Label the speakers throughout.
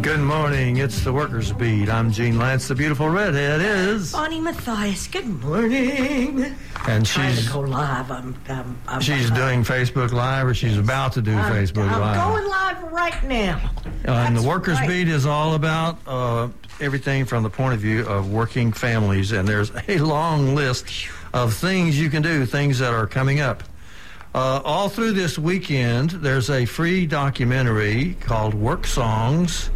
Speaker 1: Good morning. It's the Workers' Beat. I'm Gene Lance. The beautiful redhead is,
Speaker 2: Bonnie Matthias, good morning.
Speaker 1: and
Speaker 2: Trying to
Speaker 1: she's
Speaker 2: go live. I'm, I'm, I'm,
Speaker 1: she's
Speaker 2: I'm,
Speaker 1: doing Facebook Live, or she's about to do Facebook
Speaker 2: I'm
Speaker 1: Live.
Speaker 2: going live right now.
Speaker 1: Uh, and the
Speaker 2: That's
Speaker 1: Workers'
Speaker 2: right.
Speaker 1: Beat is all about uh, everything from the point of view of working families, and there's a long list of things you can do, things that are coming up. Uh, all through this weekend, there's a free documentary called Work Songs,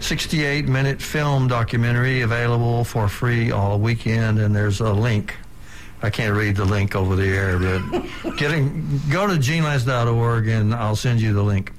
Speaker 1: 68 minute film documentary available for free all weekend, and there's a link. I can't read the link over the air, but getting, go to genelines.org and I'll send you the link.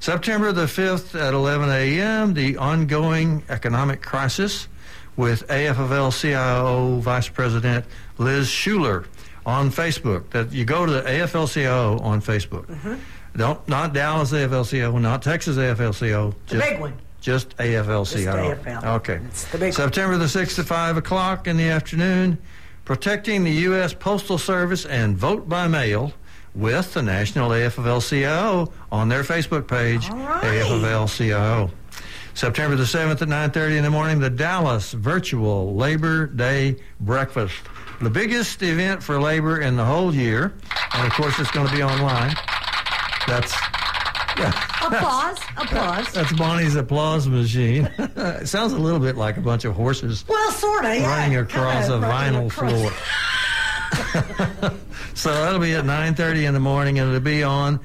Speaker 1: September the 5th at 11 a.m., the ongoing economic crisis with AFL CIO Vice President Liz Schuler on Facebook. That you go to the AFL CIO on Facebook. Don't not Dallas AFL CIO, not Texas AFL CIO.
Speaker 2: The big one.
Speaker 1: Just AFL CIO.
Speaker 2: AFL.
Speaker 1: Okay.
Speaker 2: It's the big one.
Speaker 1: September the 6th at 5 o'clock in the afternoon, protecting the U.S. Postal Service and vote by mail with the National AFL CIO on their Facebook page,
Speaker 2: All right.
Speaker 1: AFL CIO. September the 7th at 9.30 in the morning, the Dallas Virtual Labor Day Breakfast. The biggest event for labor in the whole year. And of course, it's going to be online. That's
Speaker 3: applause, applause.
Speaker 1: that's Bonnie's applause machine. it sounds a little bit like a bunch of horses
Speaker 2: Well, sort of. Yeah.
Speaker 1: running across
Speaker 2: Kinda
Speaker 1: a
Speaker 2: running
Speaker 1: vinyl
Speaker 2: across-
Speaker 1: floor. so that'll be at 9.30 in the morning, and it'll be on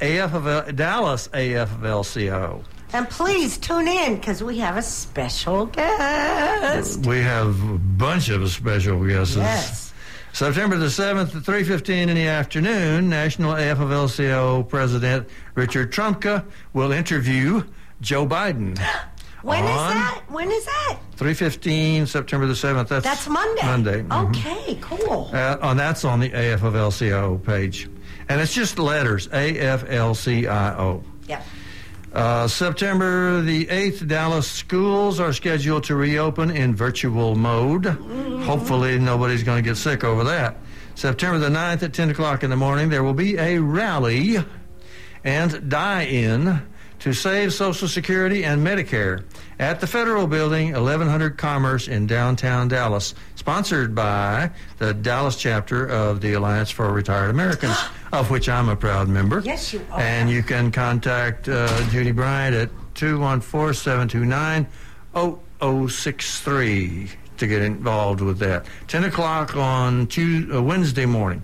Speaker 1: AFL, Dallas AFL-CIO.
Speaker 2: And please tune in because we have a special guest.
Speaker 1: We have a bunch of special guesses.
Speaker 2: Yes.
Speaker 1: September the 7th at 3.15 in the afternoon, National AFL-CIO President Richard Trumka will interview Joe Biden.
Speaker 2: When is
Speaker 1: on
Speaker 2: that? When is that?
Speaker 1: 3.15, September the 7th. That's,
Speaker 2: That's Monday.
Speaker 1: Monday. mhm.
Speaker 2: Okay, cool.
Speaker 1: Uh, and that's on the AFL-CIO page. And it's just letters, AFL-CIO.
Speaker 2: yeah.
Speaker 1: Uh, September the 8th, Dallas schools are scheduled to reopen in virtual mode. Hopefully, nobody's going to get sick over that. September the 9th at 10 o'clock in the morning, there will be a rally and die in to save Social Security and Medicare at the Federal Building, 1100 Commerce in downtown Dallas, sponsored by the Dallas chapter of the Alliance for Retired Americans, of which I'm a proud member.
Speaker 2: Yes, you are.
Speaker 1: And you can contact uh, Judy Bryant at 214 729 0063 to get involved with that. 10 o'clock on Tuesday, uh, Wednesday morning.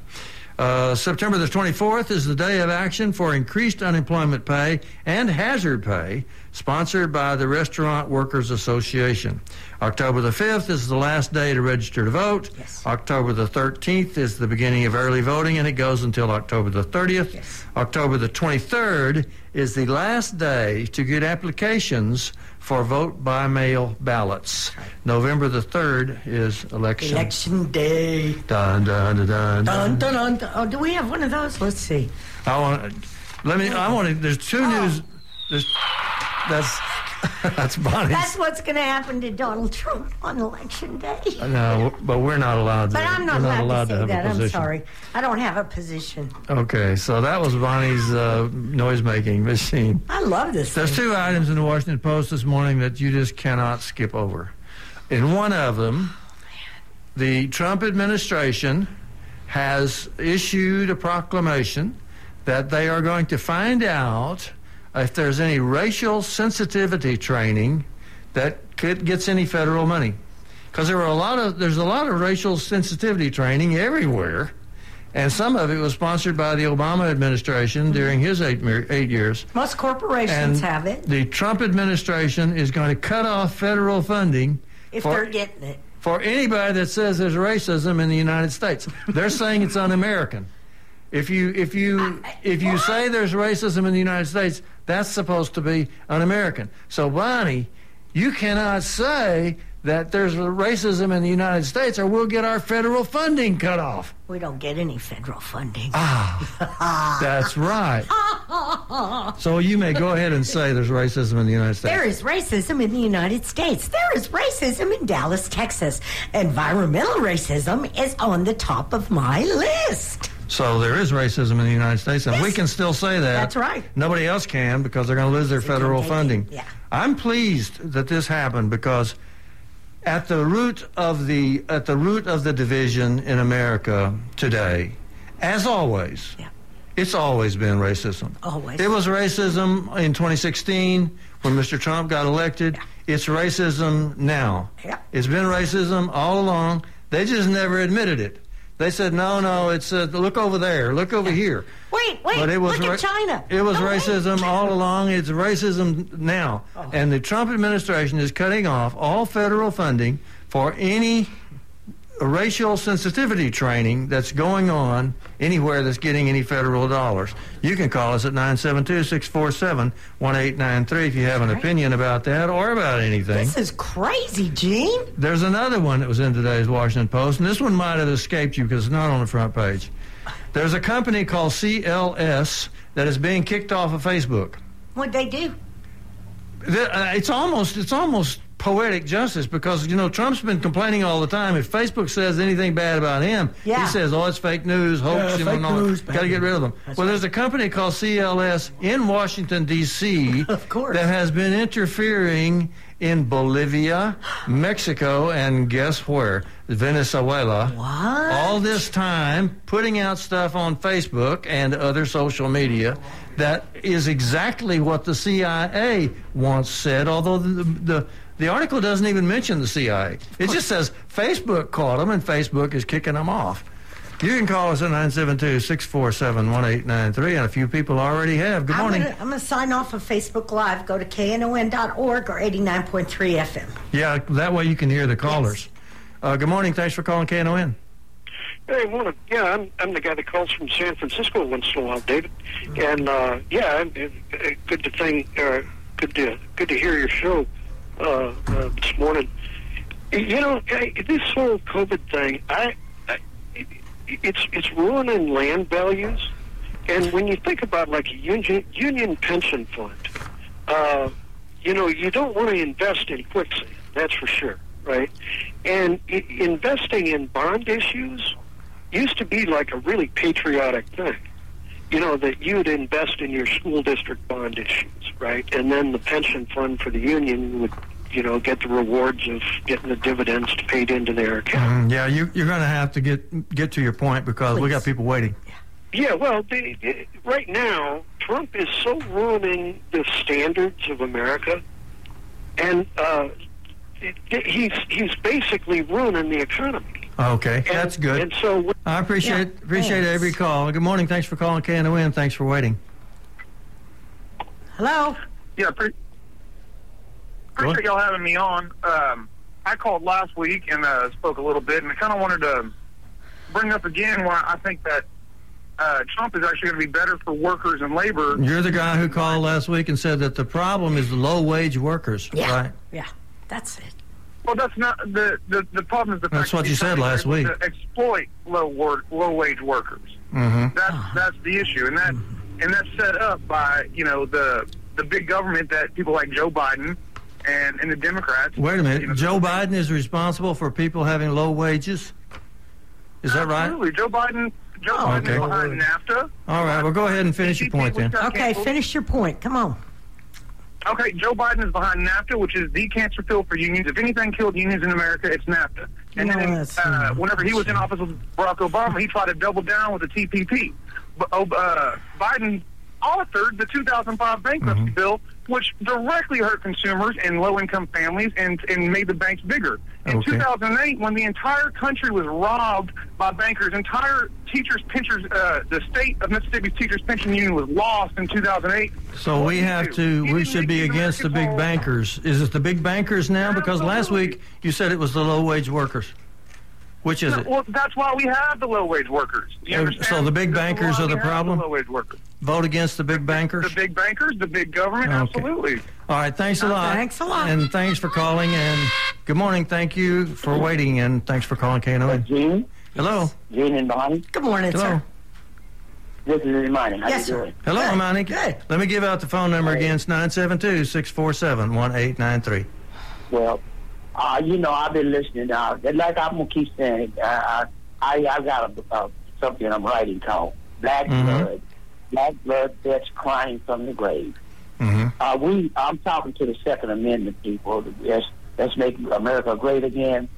Speaker 1: Uh, September the 24th is the day of action for increased unemployment pay and hazard pay, sponsored by the Restaurant Workers Association. October the 5th is the last day to register to vote.
Speaker 2: Yes.
Speaker 1: October the 13th is the beginning of early voting, and it goes until October the 30th.
Speaker 2: Yes.
Speaker 1: October the 23rd is the last day to get applications for vote by mail ballots. November the 3rd is election.
Speaker 2: Election day.
Speaker 1: Dun, dun, dun, dun,
Speaker 2: Dun,
Speaker 1: dun.
Speaker 2: dun, dun, dun. Oh, do we have one of those? Let's see.
Speaker 1: I want. Let me. I want to. There's two
Speaker 2: Oh.
Speaker 1: news. There's. That's. That's Bonnie's.
Speaker 2: That's what's going to happen to Donald Trump on election day.
Speaker 1: no, but we're not allowed to.
Speaker 2: But I'm not
Speaker 1: we're
Speaker 2: allowed,
Speaker 1: allowed
Speaker 2: to say
Speaker 1: have
Speaker 2: that.
Speaker 1: a
Speaker 2: I'm
Speaker 1: position.
Speaker 2: sorry. I don't have a position.
Speaker 1: Okay, so that was Bonnie's uh, noise-making machine.
Speaker 2: I love this.
Speaker 1: There's
Speaker 2: thing.
Speaker 1: two items in the Washington Post this morning that you just cannot skip over. In one of them, the Trump administration has issued a proclamation that they are going to find out if there's any racial sensitivity training that could, gets any federal money. Because there were a lot of there's a lot of racial sensitivity training everywhere, and some of it was sponsored by the Obama administration during his eight, mer- eight years.
Speaker 2: Most corporations
Speaker 1: And
Speaker 2: have it
Speaker 1: The Trump administration is going to cut off federal funding
Speaker 2: if they're
Speaker 1: for,
Speaker 2: getting it.
Speaker 1: for anybody that says there's racism in the United States. They're saying it's un-American. If you if you if you say there's racism in the United States, that's supposed to be un-American. So Bonnie, you cannot say that there's racism in the United States, or we'll get our federal funding cut off.
Speaker 2: We don't get any federal funding.
Speaker 1: Ah. That's right. so you may go ahead and say there's racism in the United States.
Speaker 2: There is racism in the United States. There is racism in Dallas, Texas. Environmental racism is on the top of my list.
Speaker 1: So there is racism in the United States, and we
Speaker 2: Yes.
Speaker 1: can still say that.
Speaker 2: That's right.
Speaker 1: Nobody else can because they're going to lose their
Speaker 2: gonna
Speaker 1: federal
Speaker 2: take it.
Speaker 1: funding.
Speaker 2: Yeah.
Speaker 1: I'm pleased that this happened because at the root of the at the root of the division in America today, as always,
Speaker 2: Yeah.
Speaker 1: it's always been racism.
Speaker 2: Always.
Speaker 1: It was racism in 2016 when Mr. Trump got elected. It's racism now.
Speaker 2: Yeah.
Speaker 1: It's been racism all along. They just never admitted it. They said, no, no, it's uh, look over there, look over here.
Speaker 2: Wait, wait,
Speaker 1: But it was
Speaker 2: look
Speaker 1: ra-
Speaker 2: at China.
Speaker 1: It was
Speaker 2: Oh, wait.
Speaker 1: racism all along. It's racism now.
Speaker 2: Oh.
Speaker 1: And the Trump administration is cutting off all federal funding for any racial sensitivity training that's going on anywhere that's getting any federal dollars. You can call us at 972-647-1893 if you have an opinion about that or about anything.
Speaker 2: This is crazy, Gene.
Speaker 1: There's another one that was in today's Washington Post, and this one might have escaped you because it's not on the front page. There's a company called CLS that is being kicked off of Facebook.
Speaker 2: What'd they do?
Speaker 1: The- uh, It's almost it's almost poetic justice because you know Trump's been complaining all the time. If Facebook says anything bad about him,
Speaker 2: Yeah.
Speaker 1: he says, "Oh, it's fake news, hoax,
Speaker 4: Yeah,
Speaker 1: you know,
Speaker 4: fake
Speaker 1: and all that.
Speaker 4: news,
Speaker 1: Got to get rid of them." well, there's a company called CLS in Washington D.C.
Speaker 2: Of course.
Speaker 1: that has been interfering in Bolivia, Mexico, and guess where? Venezuela.
Speaker 2: What?
Speaker 1: All this time putting out stuff on Facebook and other social media that is exactly what the CIA once said, although the, the, the article doesn't even mention the CIA. It just says Facebook caught them and Facebook is kicking them off. You can call us at 972 647 1893, and a few people already have. Good
Speaker 2: I'm
Speaker 1: morning.
Speaker 2: gonna- I'm going to sign off of Facebook Live. Go to knon.org or 89.3 FM.
Speaker 1: Yeah, that way you can hear the callers. Uh, good morning. Thanks for calling KNON.
Speaker 5: Hey, well, yeah, I'm I'm the guy that calls from San Francisco once in a while, David. And uh, yeah, I'm, uh, good to thing, uh, good to good to hear your show uh, uh, this morning. You know, I, this whole COVID thing, I, I it, it's it's ruining land values. And when you think about like a union union pension fund, uh, you know, you don't want to invest in quicksand. That's for sure, right? And I- investing in bond issues used to be like a really patriotic thing. You know, that you'd invest in your school district bond issues, right? And then the pension fund for the union would, you know, get the rewards of getting the dividends paid into their account.
Speaker 1: Mm, Yeah, you, you're going to have to get get to your point because we got
Speaker 2: Please.
Speaker 1: people waiting.
Speaker 5: Yeah, well, the, the, right now, Trump is so ruining the standards of America, and uh, it, it- he's he's basically ruining the economy.
Speaker 1: Okay,
Speaker 5: And,
Speaker 1: that's good.
Speaker 5: And so,
Speaker 1: I appreciate
Speaker 2: Yeah,
Speaker 1: appreciate
Speaker 2: thanks.
Speaker 1: every call. Good morning. Thanks for calling KNON. Thanks for waiting.
Speaker 2: Hello?
Speaker 6: Yeah, pre- appreciate y'all having me on. Um, I called last week and uh, spoke a little bit, and I kind of wanted to bring up again why I think that uh, Trump is actually going to be better for workers and labor.
Speaker 1: You're the guy who called last week and said that the problem is the low wage workers,
Speaker 2: Yeah.
Speaker 1: right?
Speaker 2: Yeah, that's it.
Speaker 6: Well, that's not the the, the problem. Is the fact
Speaker 1: That's what
Speaker 6: that
Speaker 1: you
Speaker 6: he's
Speaker 1: said
Speaker 6: trying to
Speaker 1: last
Speaker 6: be able
Speaker 1: week.
Speaker 6: To exploit low work, low wage workers. Mm-hmm. That's
Speaker 1: Ah.
Speaker 6: that's the issue, and that and that's set up by you know the the big government that people like Joe Biden and and the Democrats.
Speaker 1: Wait a
Speaker 6: you
Speaker 1: minute.
Speaker 6: know,
Speaker 1: Joe Biden is responsible for people having low wages. Is that right?
Speaker 6: Absolutely. Joe Biden. Joe
Speaker 2: Oh,
Speaker 6: Biden
Speaker 1: okay.
Speaker 6: is behind NAFTA.
Speaker 1: All right. Well, go ahead and finish your point then.
Speaker 2: Okay, finish your point. Come on.
Speaker 6: Okay, Joe Biden is behind NAFTA, which is the cancer pill for unions. If anything killed unions in America, it's NAFTA. And then,
Speaker 2: Yes.
Speaker 6: uh, whenever he was in office with Barack Obama, he tried to double down with the TPP. But uh, Biden authored the 2005 bankruptcy bill, which directly hurt consumers and low-income families and, and made the banks bigger. In
Speaker 1: Okay.
Speaker 6: 2008, when the entire country was robbed by bankers, entire teachers' pensions, uh, the state of Mississippi's teachers' pension union was lost in 2008.
Speaker 1: So
Speaker 6: What
Speaker 1: we
Speaker 6: do you
Speaker 1: have
Speaker 6: do?
Speaker 1: to.
Speaker 6: You
Speaker 1: We
Speaker 6: didn't
Speaker 1: should
Speaker 6: make
Speaker 1: be
Speaker 6: the
Speaker 1: against the
Speaker 6: American
Speaker 1: big
Speaker 6: people-
Speaker 1: bankers. Is it the big bankers now? Because last
Speaker 6: Absolutely.
Speaker 1: week you said it was the low wage workers. Which is it?
Speaker 6: Well, that's why we have the low wage workers. You
Speaker 1: Uh,
Speaker 6: understand?
Speaker 1: so the big
Speaker 6: That's
Speaker 1: bankers
Speaker 6: why
Speaker 1: are the
Speaker 6: we have
Speaker 1: problem?
Speaker 6: Low wage workers,
Speaker 1: Vote against the big bankers.
Speaker 6: the big bankers, the big government.
Speaker 1: Okay.
Speaker 6: Absolutely.
Speaker 1: All right, thanks a lot.
Speaker 2: Oh, thanks a lot.
Speaker 1: And thanks for calling and good morning. Thank you for waiting and thanks for calling KNO.
Speaker 7: Gene,
Speaker 1: Hello.
Speaker 7: Gene and Bonnie.
Speaker 2: Good morning,
Speaker 1: Hello.
Speaker 2: sir.
Speaker 7: This is Imani. How
Speaker 2: Yes,
Speaker 7: you
Speaker 2: sir.
Speaker 7: doing?
Speaker 1: Hello,
Speaker 2: Good,
Speaker 1: Imani.
Speaker 2: good.
Speaker 1: Let me give out the phone number again. It's 972-647-1893.
Speaker 7: Well, uh, you know, I've been listening. Uh, and like I'm gonna keep saying, uh, I I got a, a something I'm writing called Black Blood. Black Blood That's Crying from the Grave.
Speaker 1: Mm-hmm.
Speaker 7: Uh, we, I'm talking to the Second Amendment people. Yes, let's make America great again.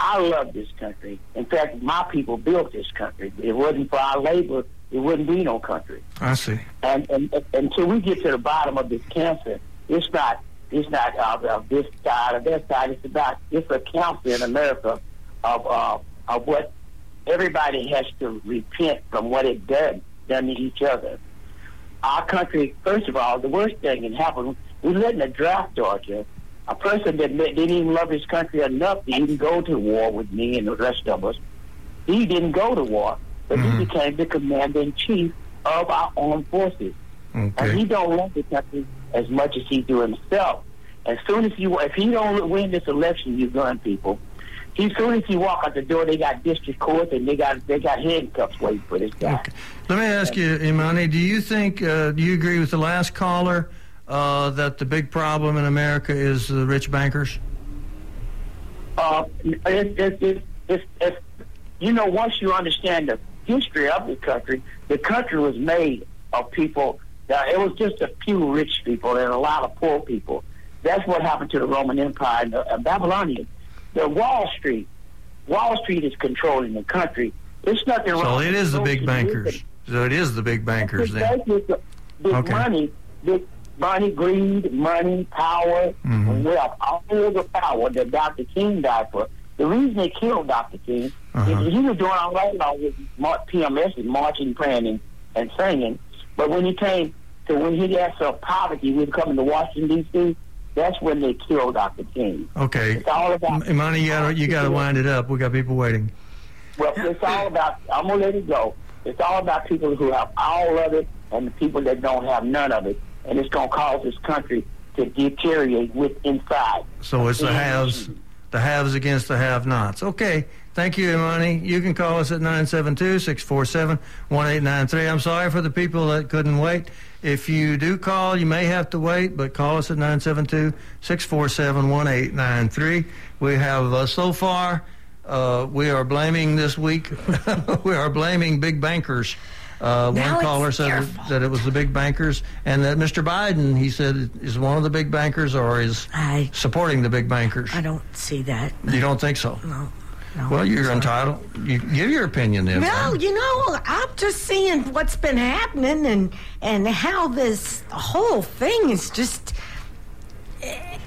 Speaker 7: I love this country. In fact, my people built this country. If it wasn't for our labor, it wouldn't be no country
Speaker 1: I see.
Speaker 7: and, and, and until we get to the bottom of this cancer, it's not it's not uh, uh, this side or that side. It's about it's a cancer in America of uh, of what everybody has to repent from what it done done to each other. Our country, first of all, the worst thing that happened, we let in a draft Georgia. A person that ma- didn't even love his country enough to even go to war with me and the rest of us. He didn't go to war, but he became the commander in chief of our armed forces. And he
Speaker 1: Okay.
Speaker 7: don't want the country as much as he do himself. As soon as you, if he don't win this election, you gun people. He, as soon as he walk out the door, they got district court and they got they got handcuffs waiting for this guy.
Speaker 1: Let me ask you, Imani, do you think, uh, do you agree with the last caller uh, that the big problem in America is the rich bankers?
Speaker 7: Uh, it's, it's, it's, it's, it's, you know, once you understand the history of the country, the country was made of people. That it was just a few rich people and a lot of poor people. That's what happened to the Roman Empire and the uh, Babylonians. The Wall Street, Wall Street is controlling the country. It's nothing wrong.
Speaker 1: So it
Speaker 7: with
Speaker 1: is the big
Speaker 7: social
Speaker 1: bankers. So it is the big bankers
Speaker 7: the
Speaker 1: then.
Speaker 7: bankers, the
Speaker 1: Okay.
Speaker 7: money, the money, greed, money, power,
Speaker 1: Mhm.
Speaker 7: wealth, all of the power that Dr. King died for. The reason they killed Dr. King
Speaker 1: Uh-huh.
Speaker 7: is he was doing all right along with mar- PMS and marching, praying, and, and singing. But when he came to when he asked for poverty, we were coming to Washington, D.C., that's when they killed Dr. King.
Speaker 1: Okay.
Speaker 7: It's all about.
Speaker 1: Imani, you gotta, you gotta wind it up. We got people waiting.
Speaker 7: Well, it's all about. I'm gonna let it go. It's all about people who have all of it and the people that don't have none of it, and it's gonna cause this country to deteriorate with inside.
Speaker 1: So it's the haves, the haves against the have-nots. Okay. Thank you, Imani. You can call us at 972-647-1893. I'm sorry for the people that couldn't wait. If you do call, you may have to wait, but call us at 972-647-1893. We have uh, so far uh, we are blaming this week. we are blaming big bankers. Uh,
Speaker 3: Now
Speaker 1: one
Speaker 3: it's
Speaker 1: caller said
Speaker 3: their
Speaker 1: it, that it was the big bankers, and that Mr. Biden, he said, is one of the big bankers or is
Speaker 2: I,
Speaker 1: supporting the big bankers.
Speaker 2: I don't see that.
Speaker 1: You don't think so?
Speaker 2: No. no.
Speaker 1: Well, you're entitled. You give your opinion then.
Speaker 2: No, you know, I'm just seeing what's been happening and and how this whole thing is just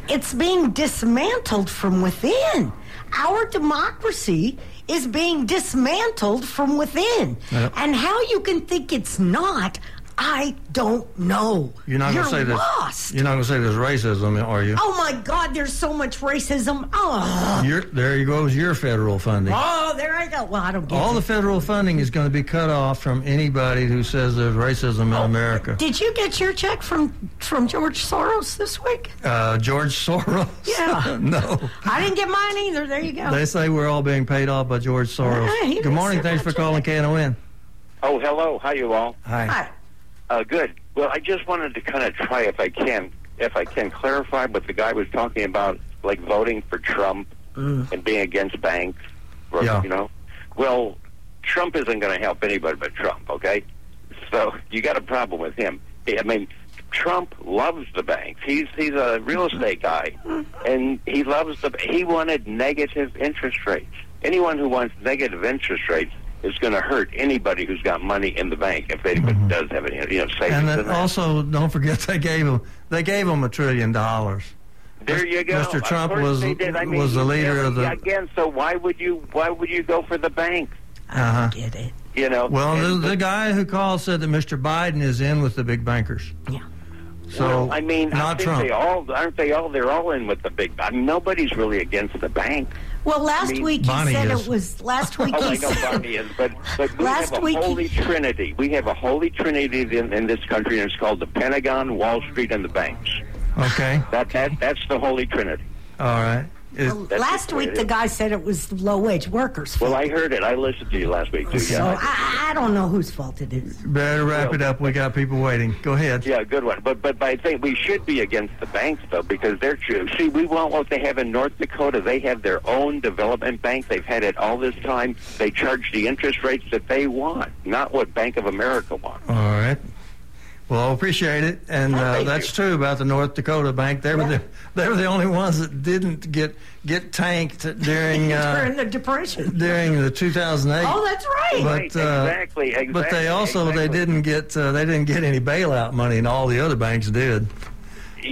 Speaker 2: it's being dismantled from within. Our democracy is being dismantled from within.
Speaker 1: Yep.
Speaker 2: And how you can think it's not, I don't know.
Speaker 1: You're not going to say this.
Speaker 2: lost.
Speaker 1: You're not going to say there's racism, are you?
Speaker 2: Oh my God, there's so much racism. Oh,
Speaker 1: You're, there goes your federal funding.
Speaker 2: oh there I go. Well, I don't get
Speaker 1: All
Speaker 2: it.
Speaker 1: the federal funding is going to be cut off from anybody who says there's racism
Speaker 2: Oh,
Speaker 1: in America.
Speaker 2: Did you get your check from from George Soros this week?
Speaker 1: Uh, George Soros?
Speaker 2: Yeah.
Speaker 1: no.
Speaker 2: I didn't get mine either. There you go.
Speaker 1: They say we're all being paid off by George Soros.
Speaker 2: Yeah, he
Speaker 1: Good morning.
Speaker 2: was
Speaker 1: Thanks for calling KNON.
Speaker 5: Oh, hello. How you all?
Speaker 1: Hi.
Speaker 2: Hi.
Speaker 5: Uh, good. Well, I just wanted to kind of try if I can, if I can clarify what the guy was talking about, like voting for Trump and being against banks. Or,
Speaker 1: Yeah.
Speaker 5: You know, well, Trump isn't going to help anybody but Trump. Okay, so you got a problem with him. I mean, Trump loves the banks. He's he's a real estate guy, and he loves the. He wanted negative interest rates. Anyone who wants negative interest rates is going to hurt anybody who's got money in the bank if anybody does have any, you know, savings.
Speaker 1: Mm-hmm. And
Speaker 5: in
Speaker 1: then
Speaker 5: there.
Speaker 1: also, don't forget they gave him they gave him a trillion dollars.
Speaker 5: There you go.
Speaker 1: Mr.
Speaker 5: Of
Speaker 1: Trump
Speaker 5: course
Speaker 1: was-
Speaker 5: they did. I mean,
Speaker 1: was the leader of the-
Speaker 5: again. So why would you why would you go for the banks?
Speaker 1: Uh-huh.
Speaker 2: Get it.
Speaker 5: You know.
Speaker 1: Well,
Speaker 5: And-
Speaker 1: the, the guy who called said that Mr. Biden is in with the big bankers.
Speaker 2: Yeah.
Speaker 1: So
Speaker 5: well, I mean, I
Speaker 1: not
Speaker 5: think
Speaker 1: Trump.
Speaker 5: they all aren't they all they're all in with the big. I mean, nobody's really against the banks.
Speaker 2: Well, last
Speaker 5: mean,
Speaker 2: week he
Speaker 1: Bonnie
Speaker 2: said
Speaker 1: is.
Speaker 2: it was last week
Speaker 5: Oh,
Speaker 2: he
Speaker 5: I know
Speaker 2: said
Speaker 5: Bonnie is, but, but we
Speaker 2: Last
Speaker 5: have a
Speaker 2: week he-
Speaker 5: holy trinity. We have a holy trinity in, in this country, and it's called the Pentagon, Wall Street, and the banks.
Speaker 1: okay.
Speaker 5: That, that That's the holy trinity.
Speaker 1: All right. It-
Speaker 2: Last week, the guy said it was low wage workers.
Speaker 5: Well, I heard it. I listened to you last week too.
Speaker 2: So
Speaker 5: Yeah,
Speaker 2: I, I don't know whose fault it is.
Speaker 1: Better wrap it up. We got people waiting. Go ahead.
Speaker 5: yeah, good one. But but but I think we should be against the banks though because they're true. See, we want what they have in North Dakota. They have their own development bank. They've had it all this time. They charge the interest rates that they want, not what Bank of America wants.
Speaker 1: All right. Well, I appreciate it, and uh, that's true about the North Dakota Bank. They were the, they were the only ones that didn't get get tanked during
Speaker 2: During
Speaker 1: uh,
Speaker 2: the Depression.
Speaker 1: during the 2008.
Speaker 2: Oh, that's right.
Speaker 1: But, uh,
Speaker 5: exactly, exactly.
Speaker 1: But they also they didn't get uh, they didn't get any bailout money, and all the other banks did.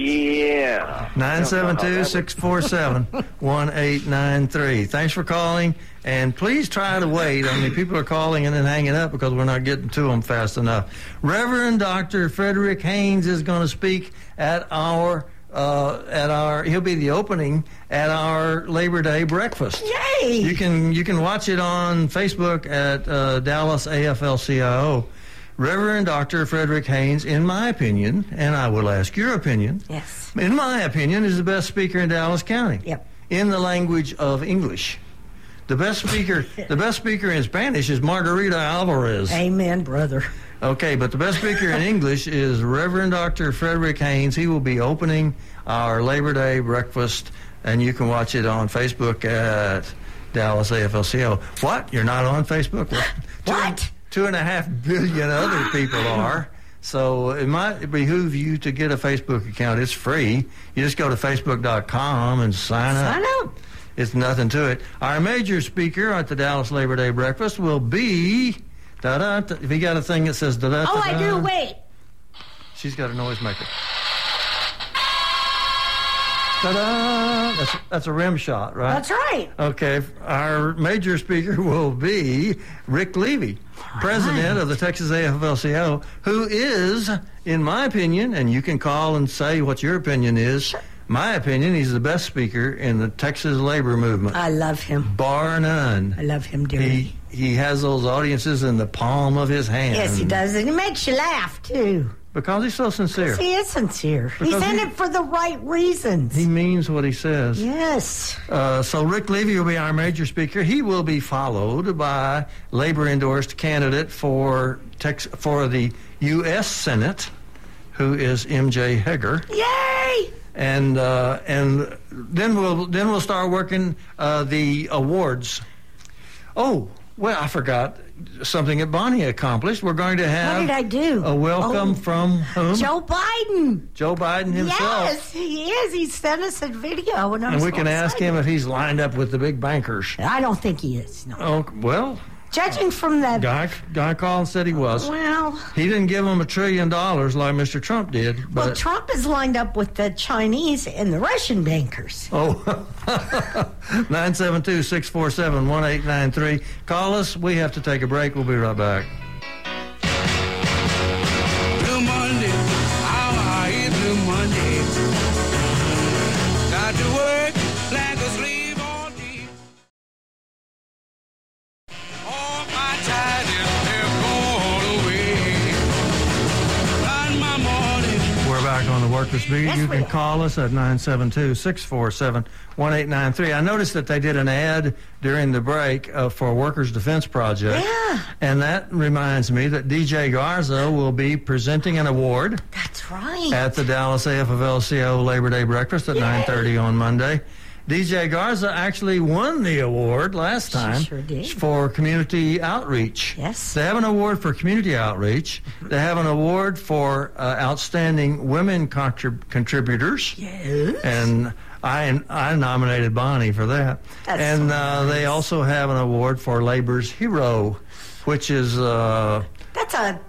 Speaker 5: Yeah.
Speaker 1: Nine seven two six four seven one eight nine three. Thanks for calling, and please try to wait. I mean, people are calling and then hanging up because we're not getting to them fast enough. Reverend Doctor Frederick Haynes is going to speak at our uh, at our. He'll be the opening at our Labor Day breakfast.
Speaker 2: Yay!
Speaker 1: You can you can watch it on Facebook at uh, Dallas AFL CIO. Reverend Dr. Frederick Haynes, in my opinion, and I will ask your opinion,
Speaker 2: yes.
Speaker 1: in my opinion, is the best speaker in Dallas County.
Speaker 2: Yep.
Speaker 1: In the language of English. The best speaker the best speaker in Spanish is Margarita Alvarez.
Speaker 2: Amen, brother.
Speaker 1: Okay, but the best speaker in English is Reverend Dr. Frederick Haynes. He will be opening our Labor Day breakfast, and you can watch it on Facebook at Dallas AFL-CIO. What? You're not on Facebook? Well, two-
Speaker 2: What?
Speaker 1: Two and a half billion other people are. So it might behoove you to get a Facebook account. It's free. You just go to facebook.com and sign up.
Speaker 2: Sign up.
Speaker 1: It's nothing to it. Our major speaker at the Dallas Labor Day breakfast will be. Da da. If you got a thing that says da da.
Speaker 3: Oh, I do. Wait.
Speaker 1: She's got a noisemaker. Da da. That's, that's a rim shot, right?
Speaker 2: That's right.
Speaker 1: Okay, our major speaker will be Rick Levy, president of the Texas AFL-CIO, who is, in my opinion, and you can call and say what your opinion is. My opinion, he's the best speaker in the Texas labor movement,
Speaker 2: I love him.
Speaker 1: bar
Speaker 2: I
Speaker 1: none.
Speaker 2: love him dearly.
Speaker 1: He he has those audiences in the palm of his hand.
Speaker 2: Yes, he does. And he makes you laugh, too.
Speaker 1: because he's so sincere.
Speaker 2: He is sincere.
Speaker 1: Because
Speaker 2: He's in
Speaker 1: he-
Speaker 2: it for the right reasons.
Speaker 1: He means what he says.
Speaker 2: yes.
Speaker 1: Uh, so Rick Levy will be our major speaker. He will be followed by labor endorsed candidate for Tex- for the U.S. Senate, who is M.J. Heger,
Speaker 2: Yay!
Speaker 1: and uh, and then we'll then we'll start working uh, the awards. Oh well, I forgot something that Bonnie accomplished. We're going to have
Speaker 2: What did I do?
Speaker 1: a welcome
Speaker 2: Oh.
Speaker 1: from whom?
Speaker 2: Joe Biden.
Speaker 1: Joe Biden himself.
Speaker 2: Yes, he is. He sent us a video, and, I'm
Speaker 1: And we
Speaker 2: so
Speaker 1: can ask
Speaker 2: excited.
Speaker 1: him if he's lined up with the big bankers.
Speaker 2: I don't think he is. No.
Speaker 1: Oh well,
Speaker 2: Judging from the
Speaker 1: Guy, Guy Collins said he was.
Speaker 2: well,
Speaker 1: He didn't give him a trillion dollars like Mr. Trump did. But
Speaker 2: well, Trump is lined up with the Chinese and the Russian bankers.
Speaker 1: oh, 972-647-1893. Call us. We have to take a break. We'll be right back.
Speaker 8: Blue Monday, how are you, Blue Monday? Got to work like a slave all day. All my tidings have gone away. But my morning
Speaker 1: We're back on the Workers Beat.
Speaker 2: Yes,
Speaker 1: you
Speaker 2: we
Speaker 1: can
Speaker 2: are.
Speaker 1: call us at 972-647-1893. I noticed that they did an ad during the break uh, for Workers Defense Project.
Speaker 2: Yeah.
Speaker 1: And that reminds me that DJ Garza will be presenting an award.
Speaker 2: That's right.
Speaker 1: at the Dallas AFL-CIO Labor Day breakfast at 9:30 on Monday. DJ Garza actually won the award last time
Speaker 2: sure did.
Speaker 1: for community outreach.
Speaker 2: Yes. Mm-hmm.
Speaker 1: They have an award for community outreach. They have an award for uh, outstanding women contrib- contributors.
Speaker 2: Yes.
Speaker 1: And I I nominated Bonnie for that.
Speaker 2: That's
Speaker 1: and
Speaker 2: so
Speaker 1: uh, they also have an award for Labor's Hero, which is uh,
Speaker 2: That's a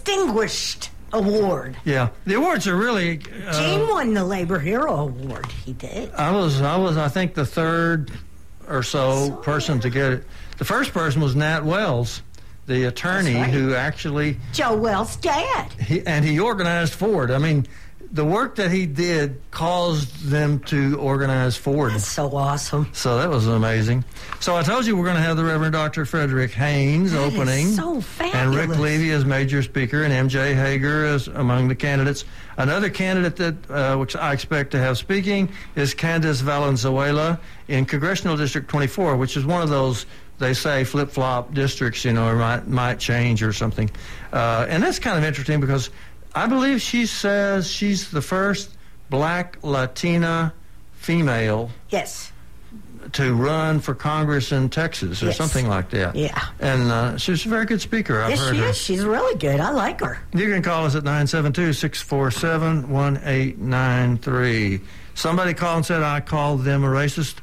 Speaker 2: distinguished award.
Speaker 1: yeah. The awards are really uh,
Speaker 2: Gene won the Labor Hero Award. He did.
Speaker 1: I was I was I think the third or so person to get it. The first person was Nat Wells, the attorney
Speaker 2: That's right.
Speaker 1: who actually
Speaker 2: Joe Wells' dad.
Speaker 1: he, and he organized for it. I mean, the work that he did caused them to organize forward. That's
Speaker 2: so awesome.
Speaker 1: So that was amazing. So I told you we're going to have the Reverend Dr. Frederick Haynes
Speaker 2: That is
Speaker 1: opening.
Speaker 2: so
Speaker 1: And
Speaker 2: fabulous.
Speaker 1: Rick Levy as major speaker, and MJ Hager is among the candidates. Another candidate that uh, which I expect to have speaking is Candace Valenzuela in Congressional District 24, which is one of those they say flip flop districts, you know, or might might change or something. Uh, and that's kind of interesting because I believe she says she's the first black Latina female
Speaker 2: Yes.
Speaker 1: to run for Congress in Texas or
Speaker 2: Yes.
Speaker 1: something like that.
Speaker 2: Yeah.
Speaker 1: And uh, she's a very good speaker. I've
Speaker 2: yes,
Speaker 1: heard
Speaker 2: she
Speaker 1: her.
Speaker 2: is. She's really good. I like her.
Speaker 1: You can call us at 972 647 1893. Somebody called and said I called them a racist.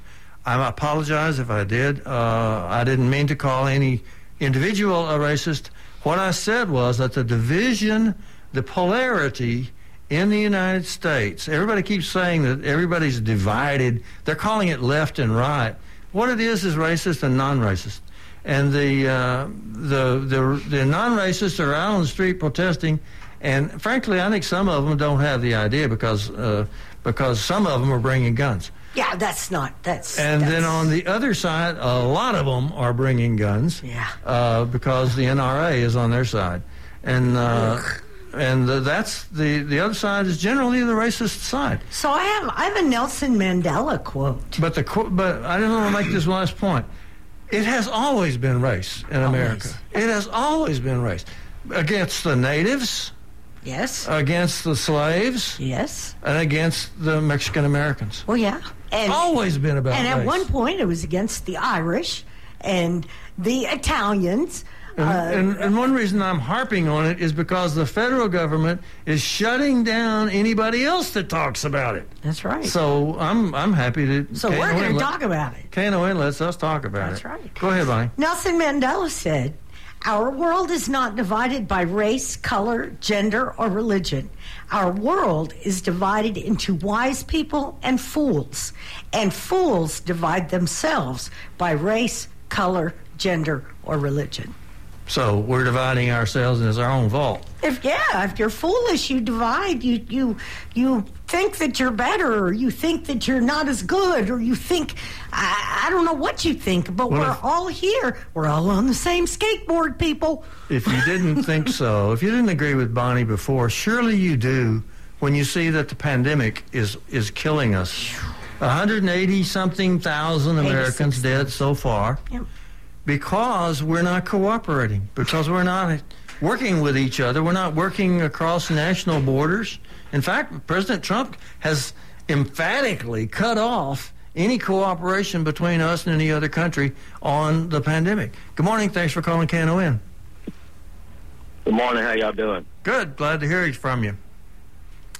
Speaker 1: I apologize if I did. Uh, I didn't mean to call any individual a racist. What I said was that the division, the polarity in the United States, everybody keeps saying that everybody's divided. They're calling it left and right. What it is is racist and non racist and the uh, the the the non-racists are out on the street protesting, and frankly, I think some of them don't have the idea because uh, because some of them are bringing guns,
Speaker 2: Yeah, that's not. That's.
Speaker 1: and then on the other side, a lot of them are bringing guns,
Speaker 2: Yeah.
Speaker 1: uh, because the NRA is on their side, and. Uh, and the, that's the the other side is generally the racist side.
Speaker 2: So I have I have a Nelson Mandela quote.
Speaker 1: But the qu- but I just want to make this last point. It has always been race in America. It has always been race against the natives,
Speaker 2: Yes.
Speaker 1: against the slaves,
Speaker 2: yes.
Speaker 1: and against the Mexican Americans.
Speaker 2: Well, yeah. And
Speaker 1: Always been about
Speaker 2: and at
Speaker 1: race.
Speaker 2: one point it was against the Irish and the Italians.
Speaker 1: And,
Speaker 2: uh,
Speaker 1: and, and one reason I'm harping on it is because the federal government is shutting down anybody else that talks about it.
Speaker 2: that's right. So,
Speaker 1: So I'm I'm happy to.
Speaker 2: we're going to
Speaker 1: to
Speaker 2: talk about it.
Speaker 1: KNON lets us talk about
Speaker 2: That's
Speaker 1: it.
Speaker 2: right.
Speaker 1: Go ahead, Bonnie.
Speaker 2: Nelson Mandela said, Our world is not divided by race, color, gender, or religion. Our world is divided into wise people and fools, and fools divide themselves by race, color, gender, or religion.
Speaker 1: So we're dividing ourselves, and it's our own fault.
Speaker 2: If yeah, if you're foolish, you divide. You you you think that you're better, or you think that you're not as good, or you think I, I don't know what you think. But
Speaker 1: Well,
Speaker 2: we're
Speaker 1: if-
Speaker 2: all here. We're all on the same skateboard, people.
Speaker 1: If you didn't think so, if you didn't agree with Bonnie before, surely you do when you see that the pandemic is, is killing us. 180 something thousand Americans dead so far
Speaker 2: Yep.
Speaker 1: because we're not cooperating, because we're not working with each other, we're not working across national borders. In fact, President Trump has emphatically cut off any cooperation between us and any other country on the pandemic. Good morning. Thanks for calling KNON.
Speaker 5: Good morning. How y'all doing?
Speaker 1: Good. Glad to hear it from you.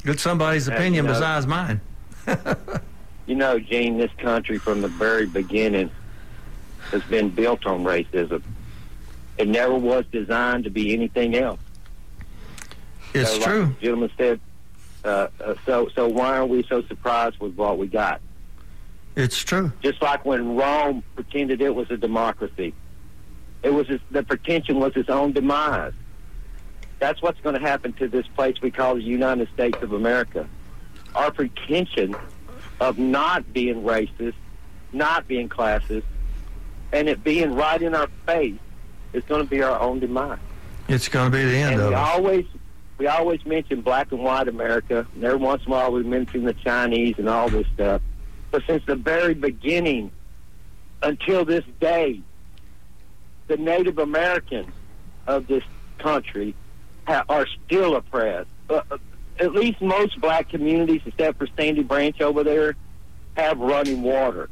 Speaker 1: Good somebody's
Speaker 5: you
Speaker 1: opinion
Speaker 5: know-
Speaker 1: besides mine.
Speaker 5: You know, Gene, this country from the very beginning has been built on racism. It never was designed to be anything else.
Speaker 1: It's
Speaker 5: so, uh, like
Speaker 1: true.
Speaker 5: the gentleman said. Uh, uh, so, so why are we so surprised with what we got?
Speaker 1: It's true.
Speaker 5: Just like when Rome pretended it was a democracy, it was its, the pretension was its own demise. That's what's going to happen to this place we call the United States of America. Our pretension of not being racist, not being classist, and it being right in our face is going to be our own demise.
Speaker 1: It's going to be the end
Speaker 5: And
Speaker 1: of
Speaker 5: we
Speaker 1: it.
Speaker 5: always we always mention black and white America, and every once in a while we mention the Chinese and all this stuff. But since the very beginning until this day, the Native Americans of this country ha- are still oppressed. Uh, uh, at least most black communities, except for Sandy Branch over there, have running water,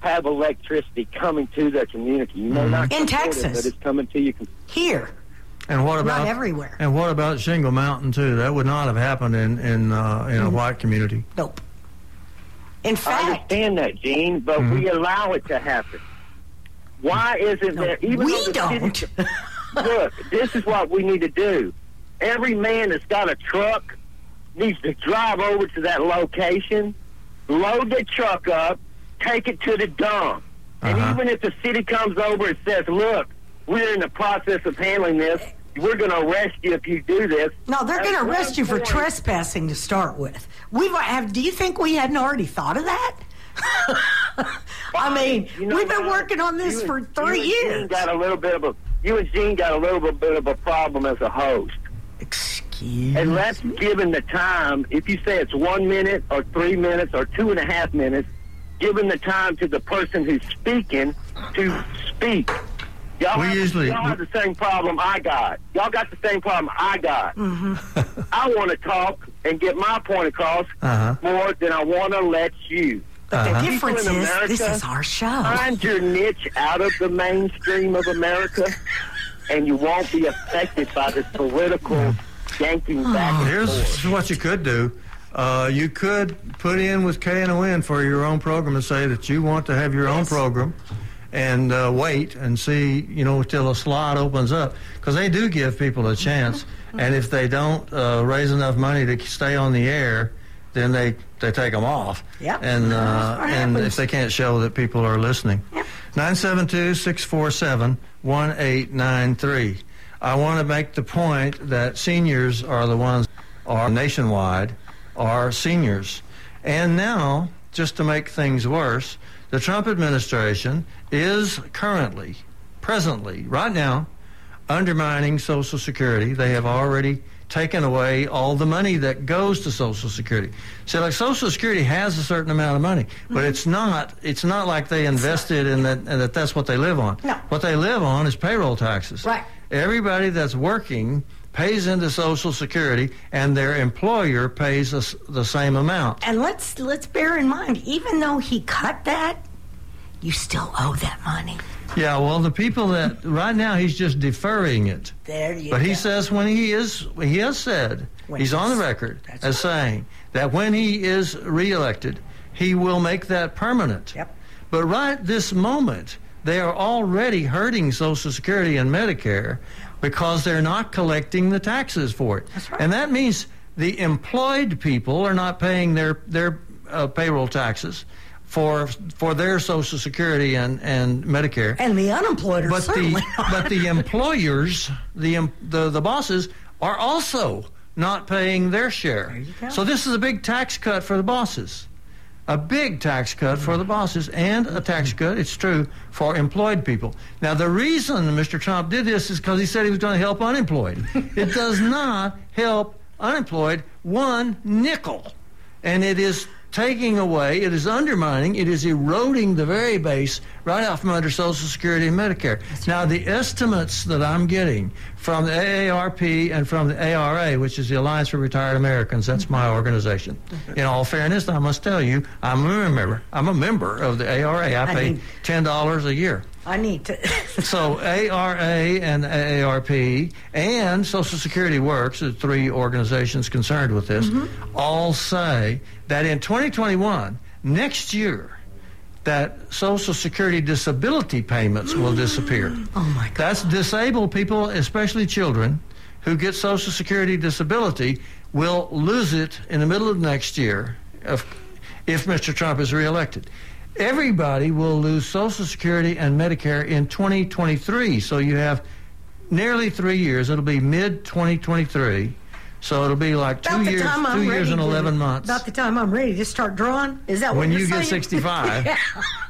Speaker 5: have electricity coming to their community. You
Speaker 1: Mm-hmm.
Speaker 5: may not
Speaker 2: In
Speaker 5: support it,
Speaker 2: Texas.
Speaker 5: but it's coming to you.
Speaker 2: Here,
Speaker 1: And what about
Speaker 2: not everywhere.
Speaker 1: And what about Shingle Mountain too? That would not have happened in in uh, in a white community.
Speaker 2: Nope. In
Speaker 5: I
Speaker 2: fact, Mm-hmm.
Speaker 5: understand that, Gene, but we allow it to happen. Why isn't there? Even
Speaker 2: we
Speaker 5: though the
Speaker 2: don't.
Speaker 5: city- look, this is what we need to do. Every man that's got a truck needs to drive over to that location, load the truck up, take it to the dump. And
Speaker 1: Uh-huh.
Speaker 5: even if the city comes over and says, "Look, we're in the process of handling this,"
Speaker 9: we're going to arrest you if you do this.
Speaker 2: No, they're
Speaker 9: At
Speaker 2: going to
Speaker 9: one
Speaker 2: arrest you for
Speaker 9: point-
Speaker 2: trespassing to start with. We've have. Do you think we hadn't already thought of that? I mean, we've been working on this
Speaker 9: you
Speaker 2: for
Speaker 9: and-
Speaker 2: three
Speaker 9: you and Gene
Speaker 2: years.
Speaker 9: Got a little bit of a you and Gene got a little bit of a problem as a host.
Speaker 2: Excuse.
Speaker 9: And that's given the time. If you say it's one minute or three minutes or two and a half minutes, given the time to the person who's speaking to speak. Y'all,
Speaker 1: We
Speaker 9: have,
Speaker 1: usually-
Speaker 9: y'all have the same problem I got. Y'all got the same problem I got. I want to talk and get my point across
Speaker 1: Mm-hmm. Uh-huh.
Speaker 9: more than I want to let you.
Speaker 2: But
Speaker 1: Uh-huh.
Speaker 2: the difference
Speaker 9: People in
Speaker 2: is, this
Speaker 9: America-
Speaker 2: is our show.
Speaker 9: Find your niche out of the mainstream of America, and you won't be affected by this political yanking back and
Speaker 2: Oh,
Speaker 1: Here's
Speaker 9: forth.
Speaker 1: this is what you could do. Uh, you could put in with KNON for your own program and say that you want to have your own program and uh, wait and see, you know, till a slot opens up. Because they do give people a chance. And if they don't uh, raise enough money to stay on the air, then they, they take them off.
Speaker 2: Yep.
Speaker 1: And, uh,
Speaker 2: That's what
Speaker 1: and
Speaker 2: happens.
Speaker 1: if they can't show that people are listening. 972 647 1893. I want to make the point that seniors are the ones are nationwide are seniors. And now, just to make things worse, the Trump administration is currently, presently, right now, undermining Social Security. They have already taken away all the money that goes to Social Security. So, like Social Security has a certain amount of money, but it's not. It's not like they invested in that, and that that's what they live on.
Speaker 2: No.
Speaker 1: What they live on is payroll taxes.
Speaker 2: Right.
Speaker 1: Everybody that's working pays into Social Security, and their employer pays us the same amount.
Speaker 2: And let's let's bear in mind, even though he cut that, you still owe that money.
Speaker 1: Yeah. Well, the people that right now he's just deferring it.
Speaker 2: There you
Speaker 1: But
Speaker 2: go.
Speaker 1: he says when he is, he has said,
Speaker 2: When
Speaker 1: he's on the
Speaker 2: he's-
Speaker 1: record
Speaker 2: that's
Speaker 1: as saying that when he is reelected, he will make that permanent.
Speaker 2: Yep.
Speaker 1: But right this moment, they are already hurting Social Security and Medicare because they're not collecting the taxes for it.
Speaker 2: That's right.
Speaker 1: And that means the employed people are not paying their, their uh, payroll taxes for, for their Social Security and, and Medicare
Speaker 2: and the unemployed are
Speaker 1: but
Speaker 2: certainly
Speaker 1: the but the employers, the em- the the bosses are also not paying their share.
Speaker 2: you go.
Speaker 1: So this is a big tax cut for the bosses. A big tax cut for the bosses and a
Speaker 2: Mm-hmm.
Speaker 1: tax cut, it's true, for employed people. Now, the reason Mr. Trump did this is because he said he was going to help unemployed. it does not help unemployed one nickel. And it is taking away, it is undermining, it is eroding the very base right out from under Social Security and Medicare. now, the estimates that I'm getting from the AARP and from the ARA, which is the Alliance for Retired Americans, that's my organization. In all fairness, I must tell you, I'm a member. I'm a member of the ARA. I,
Speaker 2: I
Speaker 1: pay
Speaker 2: mean-
Speaker 1: $10 a year.
Speaker 2: I need to
Speaker 1: So ARA and AARP and Social Security Works, the three organizations concerned with this, all say that in 2021, next year, that Social Security disability payments will disappear. Oh
Speaker 2: my God.
Speaker 1: That's disabled people, especially children, who get Social Security disability will lose it in the middle of next year if, if Mr. Trump is reelected. Everybody will lose Social Security and Medicare in 2023. So you have nearly three years. It'll be mid 2023. So it'll be like two
Speaker 2: about
Speaker 1: years,
Speaker 2: the time I'm
Speaker 1: two
Speaker 2: ready
Speaker 1: years and
Speaker 2: to-
Speaker 1: 11 months.
Speaker 2: About the time I'm ready to start drawing. Is that
Speaker 1: when
Speaker 2: what
Speaker 1: you
Speaker 2: you're
Speaker 1: get
Speaker 2: saying?
Speaker 1: 65,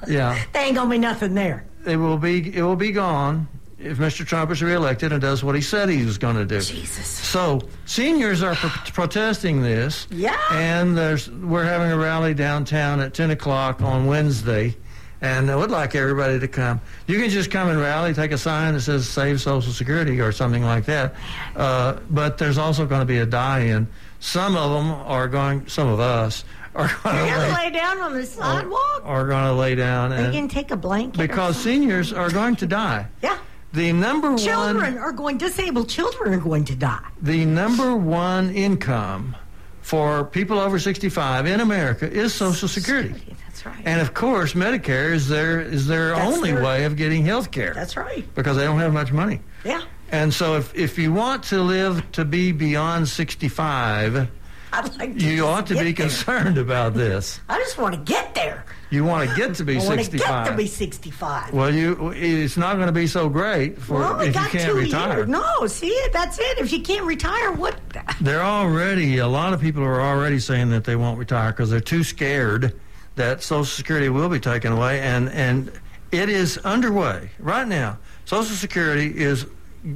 Speaker 1: yeah,
Speaker 2: There ain't gonna be nothing there.
Speaker 1: it will be it will be gone if Mr. Trump is reelected and does what he said he was going to do.
Speaker 2: Jesus.
Speaker 1: So seniors are pro- protesting this.
Speaker 2: Yeah.
Speaker 1: And there's we're having a rally downtown at 10 o'clock on Wednesday, and I would like everybody to come. You can just come and rally, take a sign that says "Save Social Security" or something like that. Uh, but there's also going to be a die-in. Some of them are going. Some of us are
Speaker 2: You're
Speaker 1: going
Speaker 2: gonna
Speaker 1: to
Speaker 2: lay down on the sidewalk.
Speaker 1: are going to lay down
Speaker 2: Are
Speaker 1: and
Speaker 2: you gonna take a blanket? or
Speaker 1: because
Speaker 2: something?
Speaker 1: seniors are going to die.
Speaker 2: yeah,
Speaker 1: The number
Speaker 2: children
Speaker 1: one
Speaker 2: are going. Disabled children are going to die.
Speaker 1: the number one income for people over 65 in America is social security.
Speaker 2: That's right.
Speaker 1: And of course, Medicare is their is their
Speaker 2: That's
Speaker 1: only
Speaker 2: their-
Speaker 1: way of getting health care.
Speaker 2: That's right.
Speaker 1: Because they don't have much money.
Speaker 2: Yeah.
Speaker 1: And so if if you want to live to be beyond 65,
Speaker 2: I'd like to
Speaker 1: You
Speaker 2: just
Speaker 1: ought to
Speaker 2: get
Speaker 1: be
Speaker 2: there.
Speaker 1: concerned about this.
Speaker 2: I just want to get there.
Speaker 1: You want to get to be
Speaker 2: I want to get
Speaker 1: 65.
Speaker 2: to be 65.
Speaker 1: well, you it's not going to be so great for
Speaker 2: well, we
Speaker 1: if you
Speaker 2: got
Speaker 1: can't
Speaker 2: two
Speaker 1: retire.
Speaker 2: years. No, see, that's it. If you can't retire, what?
Speaker 1: They're already a lot of people are already saying that they won't retire because they're too scared that Social Security will be taken away, and and it is underway right now. Social Security is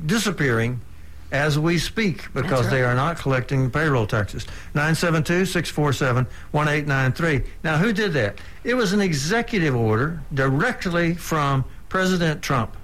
Speaker 1: disappearing as we speak because they are not collecting payroll taxes. 972-647-1893. Now, who did that? It was an executive order directly from President Trump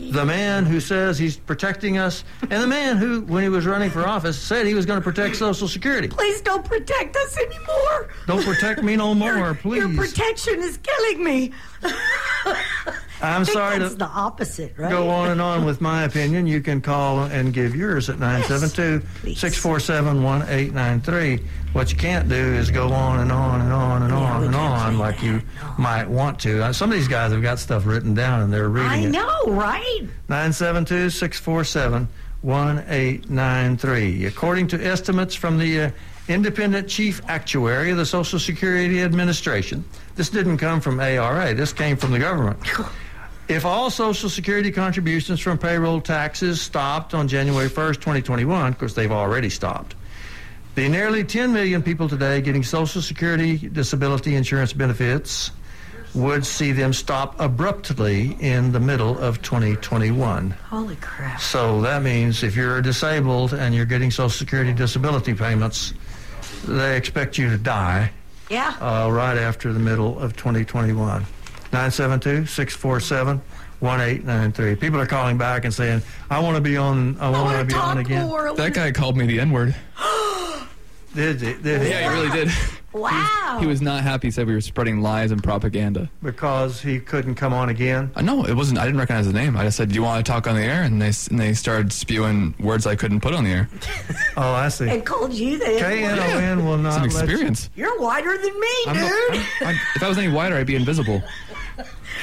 Speaker 1: the man who says he's protecting us, and the man who, when he was running for office, said he was going to protect Social Security.
Speaker 2: Please don't protect us anymore.
Speaker 1: Don't protect me no more, please.
Speaker 2: Your protection is killing me.
Speaker 1: I'm
Speaker 2: I think
Speaker 1: sorry to
Speaker 2: That's the opposite, right?
Speaker 1: go on and on with my opinion. You can call and give yours at 972 647 1893. What you can't do is go on and on and on and on and on like you might want to. Uh, Some of these guys have got stuff written down and they're reading
Speaker 2: I
Speaker 1: it.
Speaker 2: know, right?
Speaker 1: 972 647 1893. According to estimates from the uh, independent chief actuary of the Social Security Administration, this didn't come from ARA, this came from the government. If all Social Security contributions from payroll taxes stopped on January 1st, 2021, of course they've already stopped, the nearly 10 million people today getting Social Security disability insurance benefits would see them stop abruptly in the middle of 2021.
Speaker 2: Holy crap.
Speaker 1: So that means if you're disabled and you're getting Social Security disability payments, they expect you to die
Speaker 2: Yeah.
Speaker 1: uh, right after the middle of 2021. 972-647-1893. People are calling back and saying, "I want to be on. I want to be on again."
Speaker 10: That guy called me the N word.
Speaker 1: Did he? Did he?
Speaker 10: Yeah, he really did.
Speaker 2: Wow.
Speaker 10: He was not happy. He said we were spreading lies and propaganda.
Speaker 1: because he couldn't come on again.
Speaker 10: Uh, no, it wasn't. I didn't recognize the name. I just said, "Do you want to talk on the air?" And they s- and they started spewing words I couldn't put on the air.
Speaker 1: Oh, I see.
Speaker 2: And called you the
Speaker 1: KNON will not.
Speaker 10: It's an
Speaker 1: let you-
Speaker 10: experience.
Speaker 2: You're wider than me,
Speaker 10: I'm not-
Speaker 2: dude.
Speaker 10: I'm- if I was any wider, I'd be invisible.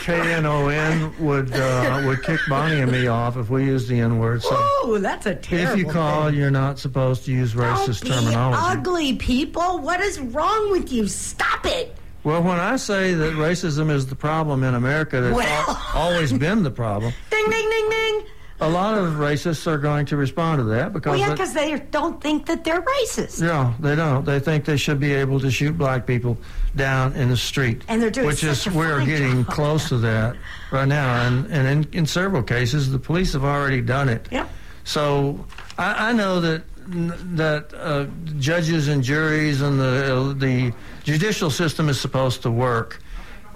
Speaker 1: KNON would uh, would kick Bonnie and me off if we used the N word. So
Speaker 2: Oh, that's a terrible.
Speaker 1: if you call,
Speaker 2: thing.
Speaker 1: you're not supposed to use racist
Speaker 2: Don't be
Speaker 1: terminology.
Speaker 2: ugly people. What is wrong with you? Stop it.
Speaker 1: Well, when I say that racism is the problem in America, that's
Speaker 2: Well-
Speaker 1: al- always been the problem.
Speaker 2: Ding, ding, ding, ding.
Speaker 1: A lot of racists are going to respond to that because
Speaker 2: Well, yeah,
Speaker 1: it-
Speaker 2: because they don't think that they're racist.
Speaker 1: No, they don't. They think they should be able to shoot black people down in the street.
Speaker 2: And they're doing
Speaker 1: Which is,
Speaker 2: such a
Speaker 1: we're
Speaker 2: fine
Speaker 1: getting
Speaker 2: job.
Speaker 1: close to that right now. And, and in, in several cases, the police have already done it.
Speaker 2: Yep.
Speaker 1: So I, I know that that uh, judges and juries and the the judicial system is supposed to work,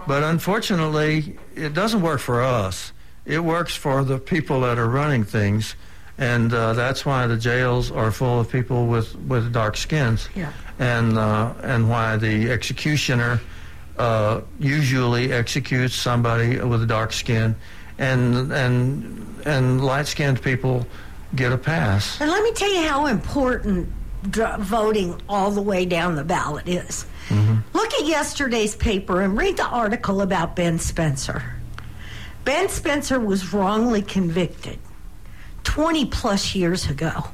Speaker 1: but unfortunately, it doesn't work for us. It works for the people that are running things, and uh, that's why the jails are full of people with, with dark skins.
Speaker 2: Yeah.
Speaker 1: And uh, and why the executioner uh, usually executes somebody with a dark skin, and and and light skinned people get a pass.
Speaker 2: And let me tell you how important dr- voting all the way down the ballot is. Look at yesterday's paper and read the article about Ben Spencer. Ben Spencer was wrongly convicted 20 plus years ago.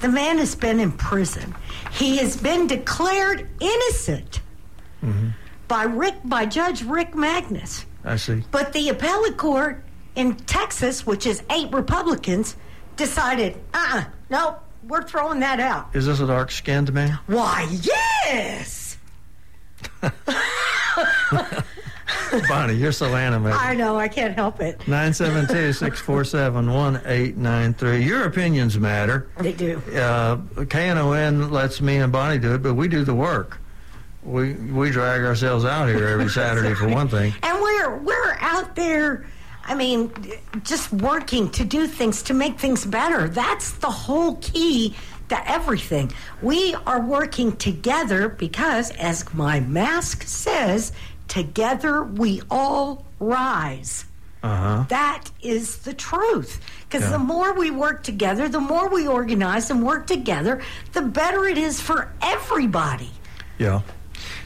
Speaker 2: The man has been in prison. He has been declared innocent by Rick by Judge Rick Magnus.
Speaker 1: I see.
Speaker 2: But the appellate court in Texas, which is eight Republicans, decided, uh uh nope, we're throwing that out.
Speaker 1: Is this a dark skinned man?
Speaker 2: Why, yes!
Speaker 1: Bonnie, you're so animated.
Speaker 2: I know, I can't help it.
Speaker 1: 972-647-1893. Your opinions matter.
Speaker 2: They do.
Speaker 1: Uh, KNON lets me and Bonnie do it, but we do the work. We we drag ourselves out here every Saturday for one thing.
Speaker 2: And we're, we're out there, I mean, just working to do things, to make things better. That's the whole key to everything. We are working together because, as my mask says, together we all rise.
Speaker 1: Uh huh.
Speaker 2: That is the truth. Because
Speaker 1: Yeah.
Speaker 2: the more we work together, the more we organize and work together, the better it is for everybody.
Speaker 1: Yeah.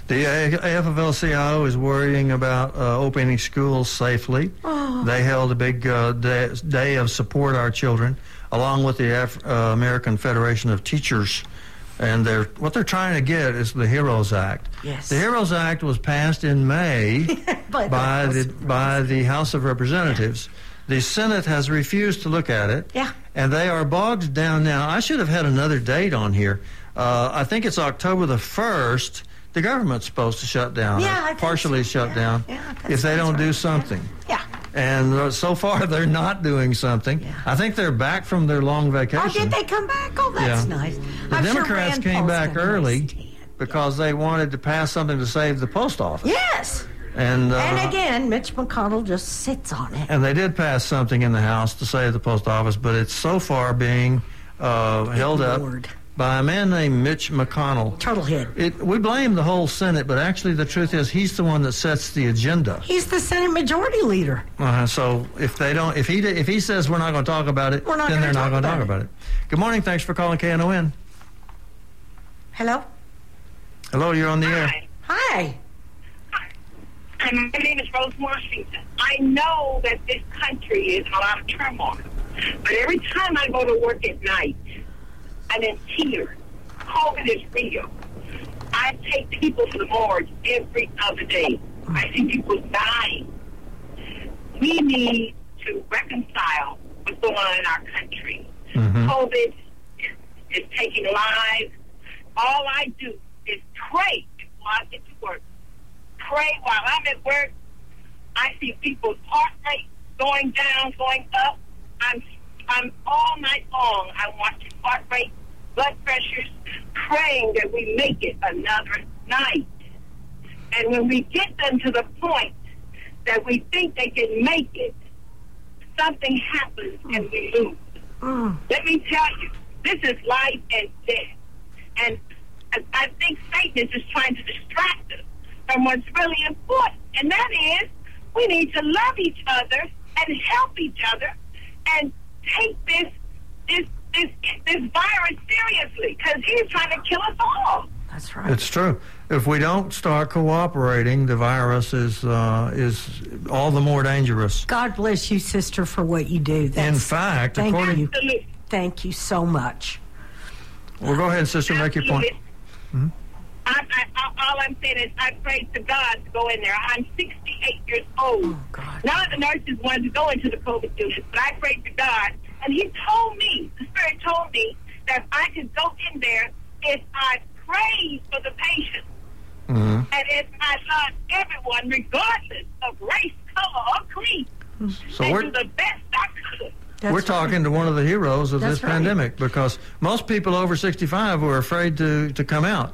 Speaker 1: The uh, A- AFL-CIO is worrying about uh, opening schools safely.
Speaker 2: Oh.
Speaker 1: They held a big uh, day, day of support our children, along with the Af- uh, American Federation of Teachers and they're what they're trying to get is the Heroes Act.
Speaker 2: Yes.
Speaker 1: The Heroes Act was passed in May
Speaker 2: By the
Speaker 1: by
Speaker 2: House
Speaker 1: the
Speaker 2: of
Speaker 1: by the House of Representatives. The Senate has refused to look at it.
Speaker 2: Yeah.
Speaker 1: And they are bogged down now. I should have had another date on here. Uh, I think it's October the first. The government's supposed to shut down, or
Speaker 2: Yeah, I think
Speaker 1: partially shut down, if they don't do something.
Speaker 2: Yeah.
Speaker 1: And uh, so far, they're not doing something. I think they're back from their long vacation.
Speaker 2: Oh, did they come back? Oh, that's
Speaker 1: Yeah.
Speaker 2: nice.
Speaker 1: The
Speaker 2: I'm sure
Speaker 1: Democrats
Speaker 2: Rand
Speaker 1: came
Speaker 2: Paul's
Speaker 1: back
Speaker 2: gonna
Speaker 1: early
Speaker 2: understand.
Speaker 1: because they wanted to pass something to save the post office.
Speaker 2: Yes.
Speaker 1: And, uh,
Speaker 2: and again, Mitch McConnell just sits on it.
Speaker 1: and they did pass something in the House to save the post office, but it's so far being uh, held
Speaker 2: Ignored.
Speaker 1: up by a man named Mitch McConnell.
Speaker 2: Turtlehead.
Speaker 1: It, we blame the whole Senate, but actually the truth is he's the one that sets the agenda.
Speaker 2: He's the Senate Majority Leader.
Speaker 1: Uh, so if they don't, if he di- if he says we're not going to talk about it,
Speaker 2: We're not
Speaker 1: then
Speaker 2: gonna
Speaker 1: they're not
Speaker 2: talk
Speaker 1: going to
Speaker 2: about
Speaker 1: talk
Speaker 2: it.
Speaker 1: about it. Good morning. Thanks for calling KNON.
Speaker 2: Hello?
Speaker 1: Hello, you're on the air.
Speaker 2: Hi.
Speaker 11: And my name is Rose Washington. I know that this country is in a lot of turmoil, but every time I go to work at night, I'm in tears. COVID is real. I take people to the morgue every other day. I see people dying. We need to reconcile what's going on in our country. COVID is taking lives. All I do is pray before I get to work pray while I'm at work. I see people's heart rate going down, going up. I'm I'm all night long. I'm watching heart rate, blood pressures, praying that we make it another night. And when we get them to the point that we think they can make it, something happens and we lose. Let me tell you, this is life and death. And I- I think Satan is just trying to distract us from what's really important. And that is, we need to love each other and help each other and take this this this, this virus seriously because he's trying to kill us all.
Speaker 2: That's
Speaker 1: It's true. If we don't start cooperating, the virus is uh, is all the more dangerous.
Speaker 2: God bless you, sister, for what you do. That's,
Speaker 1: In fact,
Speaker 2: thank
Speaker 1: according-
Speaker 2: you. Thank you so much.
Speaker 1: Well, go ahead, sister, make your point.
Speaker 11: I, I, I, all I'm saying is I pray to God to go in there. I'm 68 years old. Now the nurses wanted to go into the COVID unit, but I prayed to God, and He told me, the Spirit told me that I could go in there if I prayed for the patient and if I loved everyone, regardless of race, color, or creed,
Speaker 1: So
Speaker 11: and
Speaker 1: we're-
Speaker 11: do the best I could.
Speaker 1: We're talking to one of the heroes of
Speaker 11: That's
Speaker 1: this
Speaker 11: right.
Speaker 1: pandemic because most people over 65 were afraid to, to come out.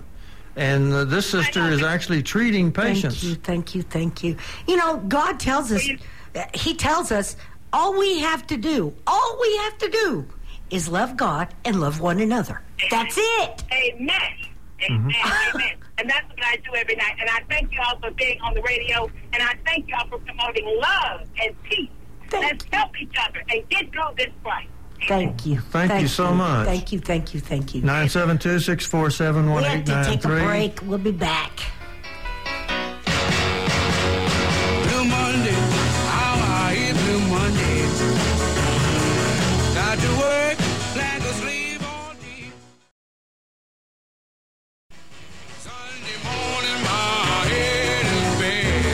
Speaker 1: And uh, this sister is actually treating patients.
Speaker 2: Thank you, thank you, thank you. You know, God tells us, He tells us, all we have to do, all we have to do is love God and love one another. That's it.
Speaker 11: Amen. Amen. Amen. And that's what I do every night. And I thank you all for being on the radio. And I thank you all for promoting love and peace. Let's help each other and get through this fight.
Speaker 2: Thank you.
Speaker 1: Thank you so much.
Speaker 2: Thank you, thank you, thank you.
Speaker 1: 972 647
Speaker 2: we have to take a
Speaker 1: 1893.
Speaker 2: break. We'll be back.
Speaker 8: Blue Monday, how I hate Blue Monday. Got to work like a slave all day. Sunday morning, my head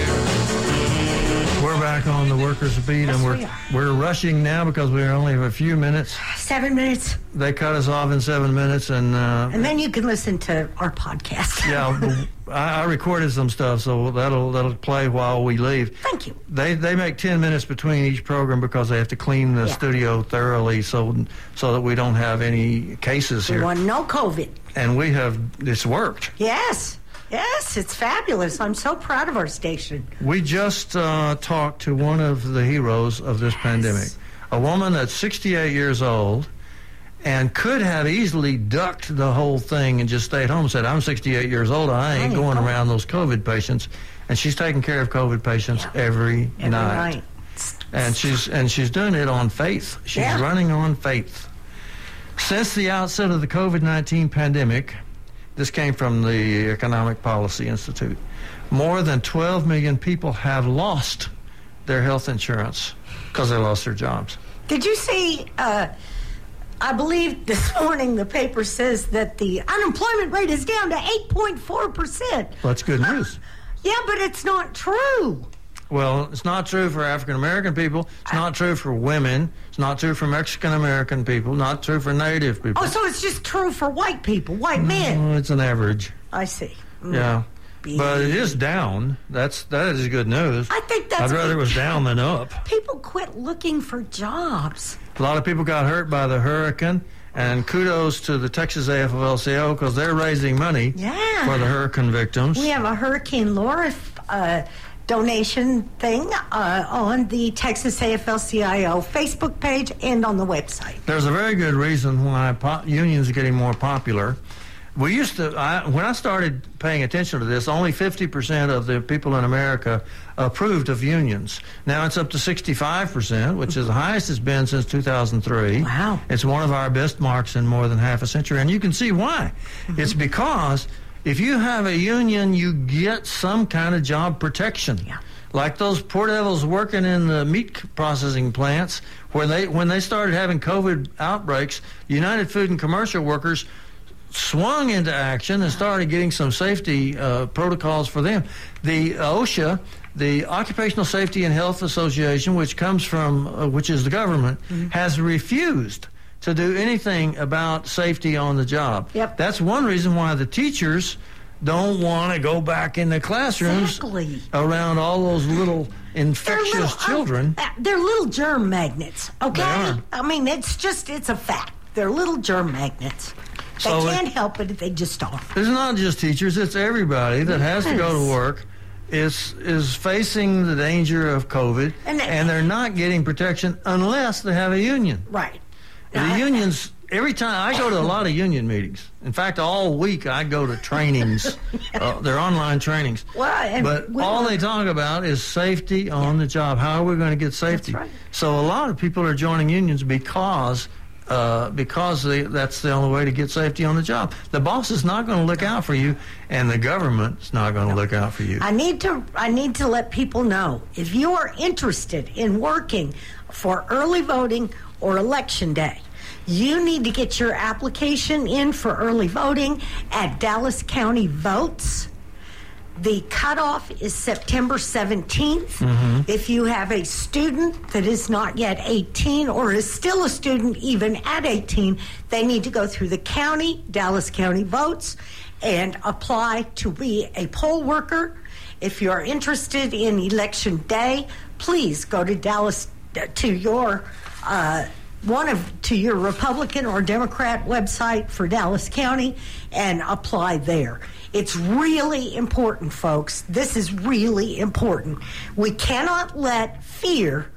Speaker 8: is bad.
Speaker 1: We're back on the workers' beat, and we're, we're rushing now because we only have a few minutes.
Speaker 2: Seven minutes.
Speaker 1: They cut us off in seven minutes, and uh,
Speaker 2: And then you can listen to our podcast.
Speaker 1: yeah, w- I, I recorded some stuff, so that'll that'll play while we leave.
Speaker 2: Thank you.
Speaker 1: They they make ten minutes between each program because they have to clean the
Speaker 2: Yeah.
Speaker 1: studio thoroughly, so so that we don't have any cases
Speaker 2: We
Speaker 1: here.
Speaker 2: want no COVID.
Speaker 1: And we have it's worked.
Speaker 2: Yes. Yes, it's fabulous. I'm so proud of our station.
Speaker 1: We just uh, talked to one of the heroes of this pandemic, a woman that's 68 years old and could have easily ducked the whole thing and just stayed home. Said, "I'm 68 years old. I ain't going around those COVID patients." And she's taking care of COVID patients every,
Speaker 2: Every
Speaker 1: night.
Speaker 2: night.
Speaker 1: and she's and she's doing it on faith. She's
Speaker 2: Yeah.
Speaker 1: running on faith. Since the outset of the COVID 19 pandemic, this came from the Economic Policy Institute, more than 12 million people have lost their health insurance because they lost their jobs.
Speaker 2: Did you see uh, I believe this morning the paper says that the unemployment rate is down to 8.4%.
Speaker 1: Well, that's good news.
Speaker 2: Yeah, but it's not true.
Speaker 1: Well, it's not true for African American people. It's not true for women. It's not true for Mexican American people. Not true for Native people.
Speaker 2: Oh, so it's just true for white people, white men.
Speaker 1: Well, it's an average.
Speaker 2: I see. Mm.
Speaker 1: Yeah. But it is down. That's that is good news.
Speaker 2: I think
Speaker 1: I'd
Speaker 2: that's
Speaker 1: rather it
Speaker 2: what-
Speaker 1: was down than up.
Speaker 2: People quit looking for jobs.
Speaker 1: A lot of people got hurt by the hurricane, and kudos to the Texas AFL-CIO because they're raising money
Speaker 2: Yeah.
Speaker 1: for the hurricane victims.
Speaker 2: We have a Hurricane Laura uh, donation thing uh, on the Texas AFL-CIO Facebook page and on the website.
Speaker 1: There's a very good reason why po- unions are getting more popular. We used to, I, when I started paying attention to this, only 50% of the people in America approved of unions. Now it's up to 65%, which is the highest it's been since 2003. Wow. It's one of our best marks in more than half a century, and you can see why. It's because if you have a union, you get some kind of job protection. Yeah like those poor devils working in the meat c- processing plants where they when they started having covid outbreaks united food and commercial workers swung into action and started getting some safety uh, protocols for them the osha the occupational safety and health association which comes from uh, which is the government has refused to do anything about safety on the job yep. that's one reason why the teachers don't want to go back in the classrooms
Speaker 2: Exactly.
Speaker 1: around all those little infectious children.
Speaker 2: Uh, they're little germ magnets, okay?
Speaker 1: are.
Speaker 2: I mean, it's just, it's a fact. They're little germ magnets.
Speaker 1: So
Speaker 2: they
Speaker 1: it-
Speaker 2: can't help it, they just are.
Speaker 1: It's not just teachers; it's everybody that has to go to
Speaker 2: Yes.
Speaker 1: work is is facing the danger of COVID, and,
Speaker 2: And that-
Speaker 1: they're not getting protection unless they have a union.
Speaker 2: Right. Uh,
Speaker 1: The unions. Every time I go to a lot of union meetings. In fact, all week I go to trainings. uh, they're online trainings.
Speaker 2: Well, and
Speaker 1: but
Speaker 2: we
Speaker 1: all
Speaker 2: were-
Speaker 1: they talk about is safety on the job. How are we going to get safety? So a lot of people are joining unions because uh, because they, that's the only way to get safety on the job. The boss is not going to look out for you, and the government's not going to look out for you.
Speaker 2: I need to I need to let people know if you are interested in working for early voting or election day. You need to get your application in for early voting at Dallas County Votes. The cutoff is September 17th.
Speaker 3: Mhm.
Speaker 2: If you have a student that is not yet 18 or is still a student even at 18, they need to go through the county, Dallas County votes, and apply to be a poll worker. If you're interested in election day, please go to Dallas to your uh, one of to your Republican or Democrat website for Dallas County and apply there. It's really important, folks. This is really important. We cannot let fear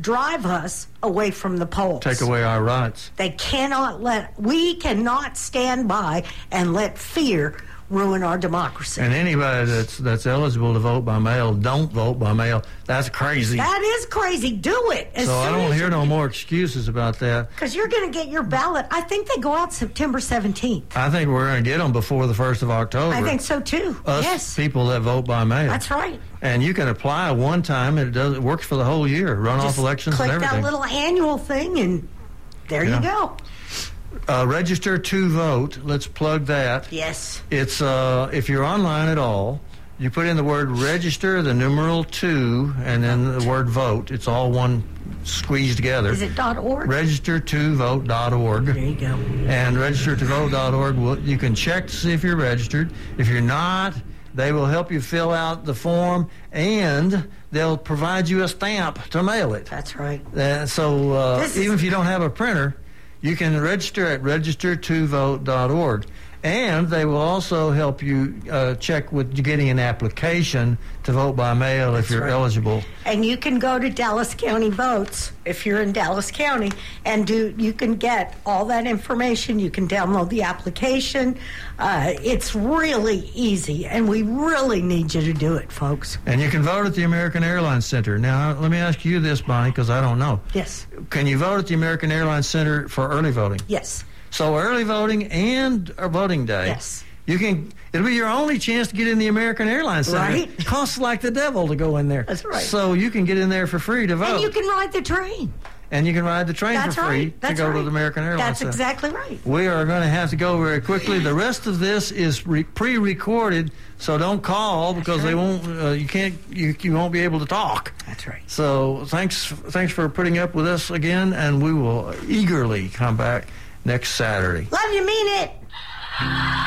Speaker 2: drive us away from the polls.
Speaker 1: Take away our rights.
Speaker 2: They cannot let we cannot stand by and let fear ruin our democracy.
Speaker 1: And anybody that's that's eligible to vote by mail, don't vote by mail. That's crazy.
Speaker 2: That is crazy. Do it. As
Speaker 1: so I
Speaker 2: soon
Speaker 1: don't
Speaker 2: as
Speaker 1: hear no more excuses about that.
Speaker 2: Because you're going to get your ballot. I think they go out September 17th.
Speaker 1: I think we're going to get them before the first of October.
Speaker 2: I think so too.
Speaker 1: Us
Speaker 2: yes.
Speaker 1: people that vote by mail.
Speaker 2: That's right.
Speaker 1: And you can apply one time, and it does. It works for the whole year. Runoff
Speaker 2: Just
Speaker 1: elections
Speaker 2: click
Speaker 1: and everything.
Speaker 2: that little annual thing, and there
Speaker 1: Yeah.
Speaker 2: you go.
Speaker 1: uh, register to vote. Let's plug that.
Speaker 2: Yes.
Speaker 1: It's uh, if you're online at all, you put in the word register, the numeral two, and then the word vote. It's all one squeezed together.
Speaker 2: Is it dot org?
Speaker 1: Register to vote.org. There
Speaker 2: you go.
Speaker 1: And register to vote.org. Will, you can check to see if you're registered. If you're not, they will help you fill out the form and they'll provide you a stamp to mail it.
Speaker 2: That's right.
Speaker 1: Uh, so uh,
Speaker 2: This is-
Speaker 1: even if you don't have a printer, you can register at registertovote.org. And they will also help you uh, check with getting an application to vote by mail if you're
Speaker 2: right.
Speaker 1: eligible.
Speaker 2: And you can go to Dallas County Votes if you're in Dallas County, and do you can get all that information. You can download the application. Uh, it's really easy, and we really need you to do it, folks.
Speaker 1: And you can vote at the American Airlines Center. Now, let me ask you this, Bonnie, because I don't know.
Speaker 2: Yes.
Speaker 1: Can you vote at the American Airlines Center for early voting?
Speaker 2: Yes.
Speaker 1: So early voting and uh, voting day. Yes. You can. It'll be your only chance to get in the American Airlines Center.
Speaker 2: Right.
Speaker 1: Costs like the devil to go in there. That's
Speaker 2: right.
Speaker 1: So you can get in there for free to vote.
Speaker 2: And you can ride the train.
Speaker 1: and you can ride the train
Speaker 2: That's
Speaker 1: for Oh. free
Speaker 2: right. That's
Speaker 1: to go to
Speaker 2: right.
Speaker 1: the American Airlines.
Speaker 2: That's
Speaker 1: Center.
Speaker 2: exactly right.
Speaker 1: We are going to have to go very quickly. The rest of this is re- pre-recorded, so don't call because they won't. Uh, you can't. You, you won't be able to talk.
Speaker 2: That's right.
Speaker 1: So thanks. Thanks for putting up with us again, and we will eagerly come back next Saturday.
Speaker 2: Love you, mean it.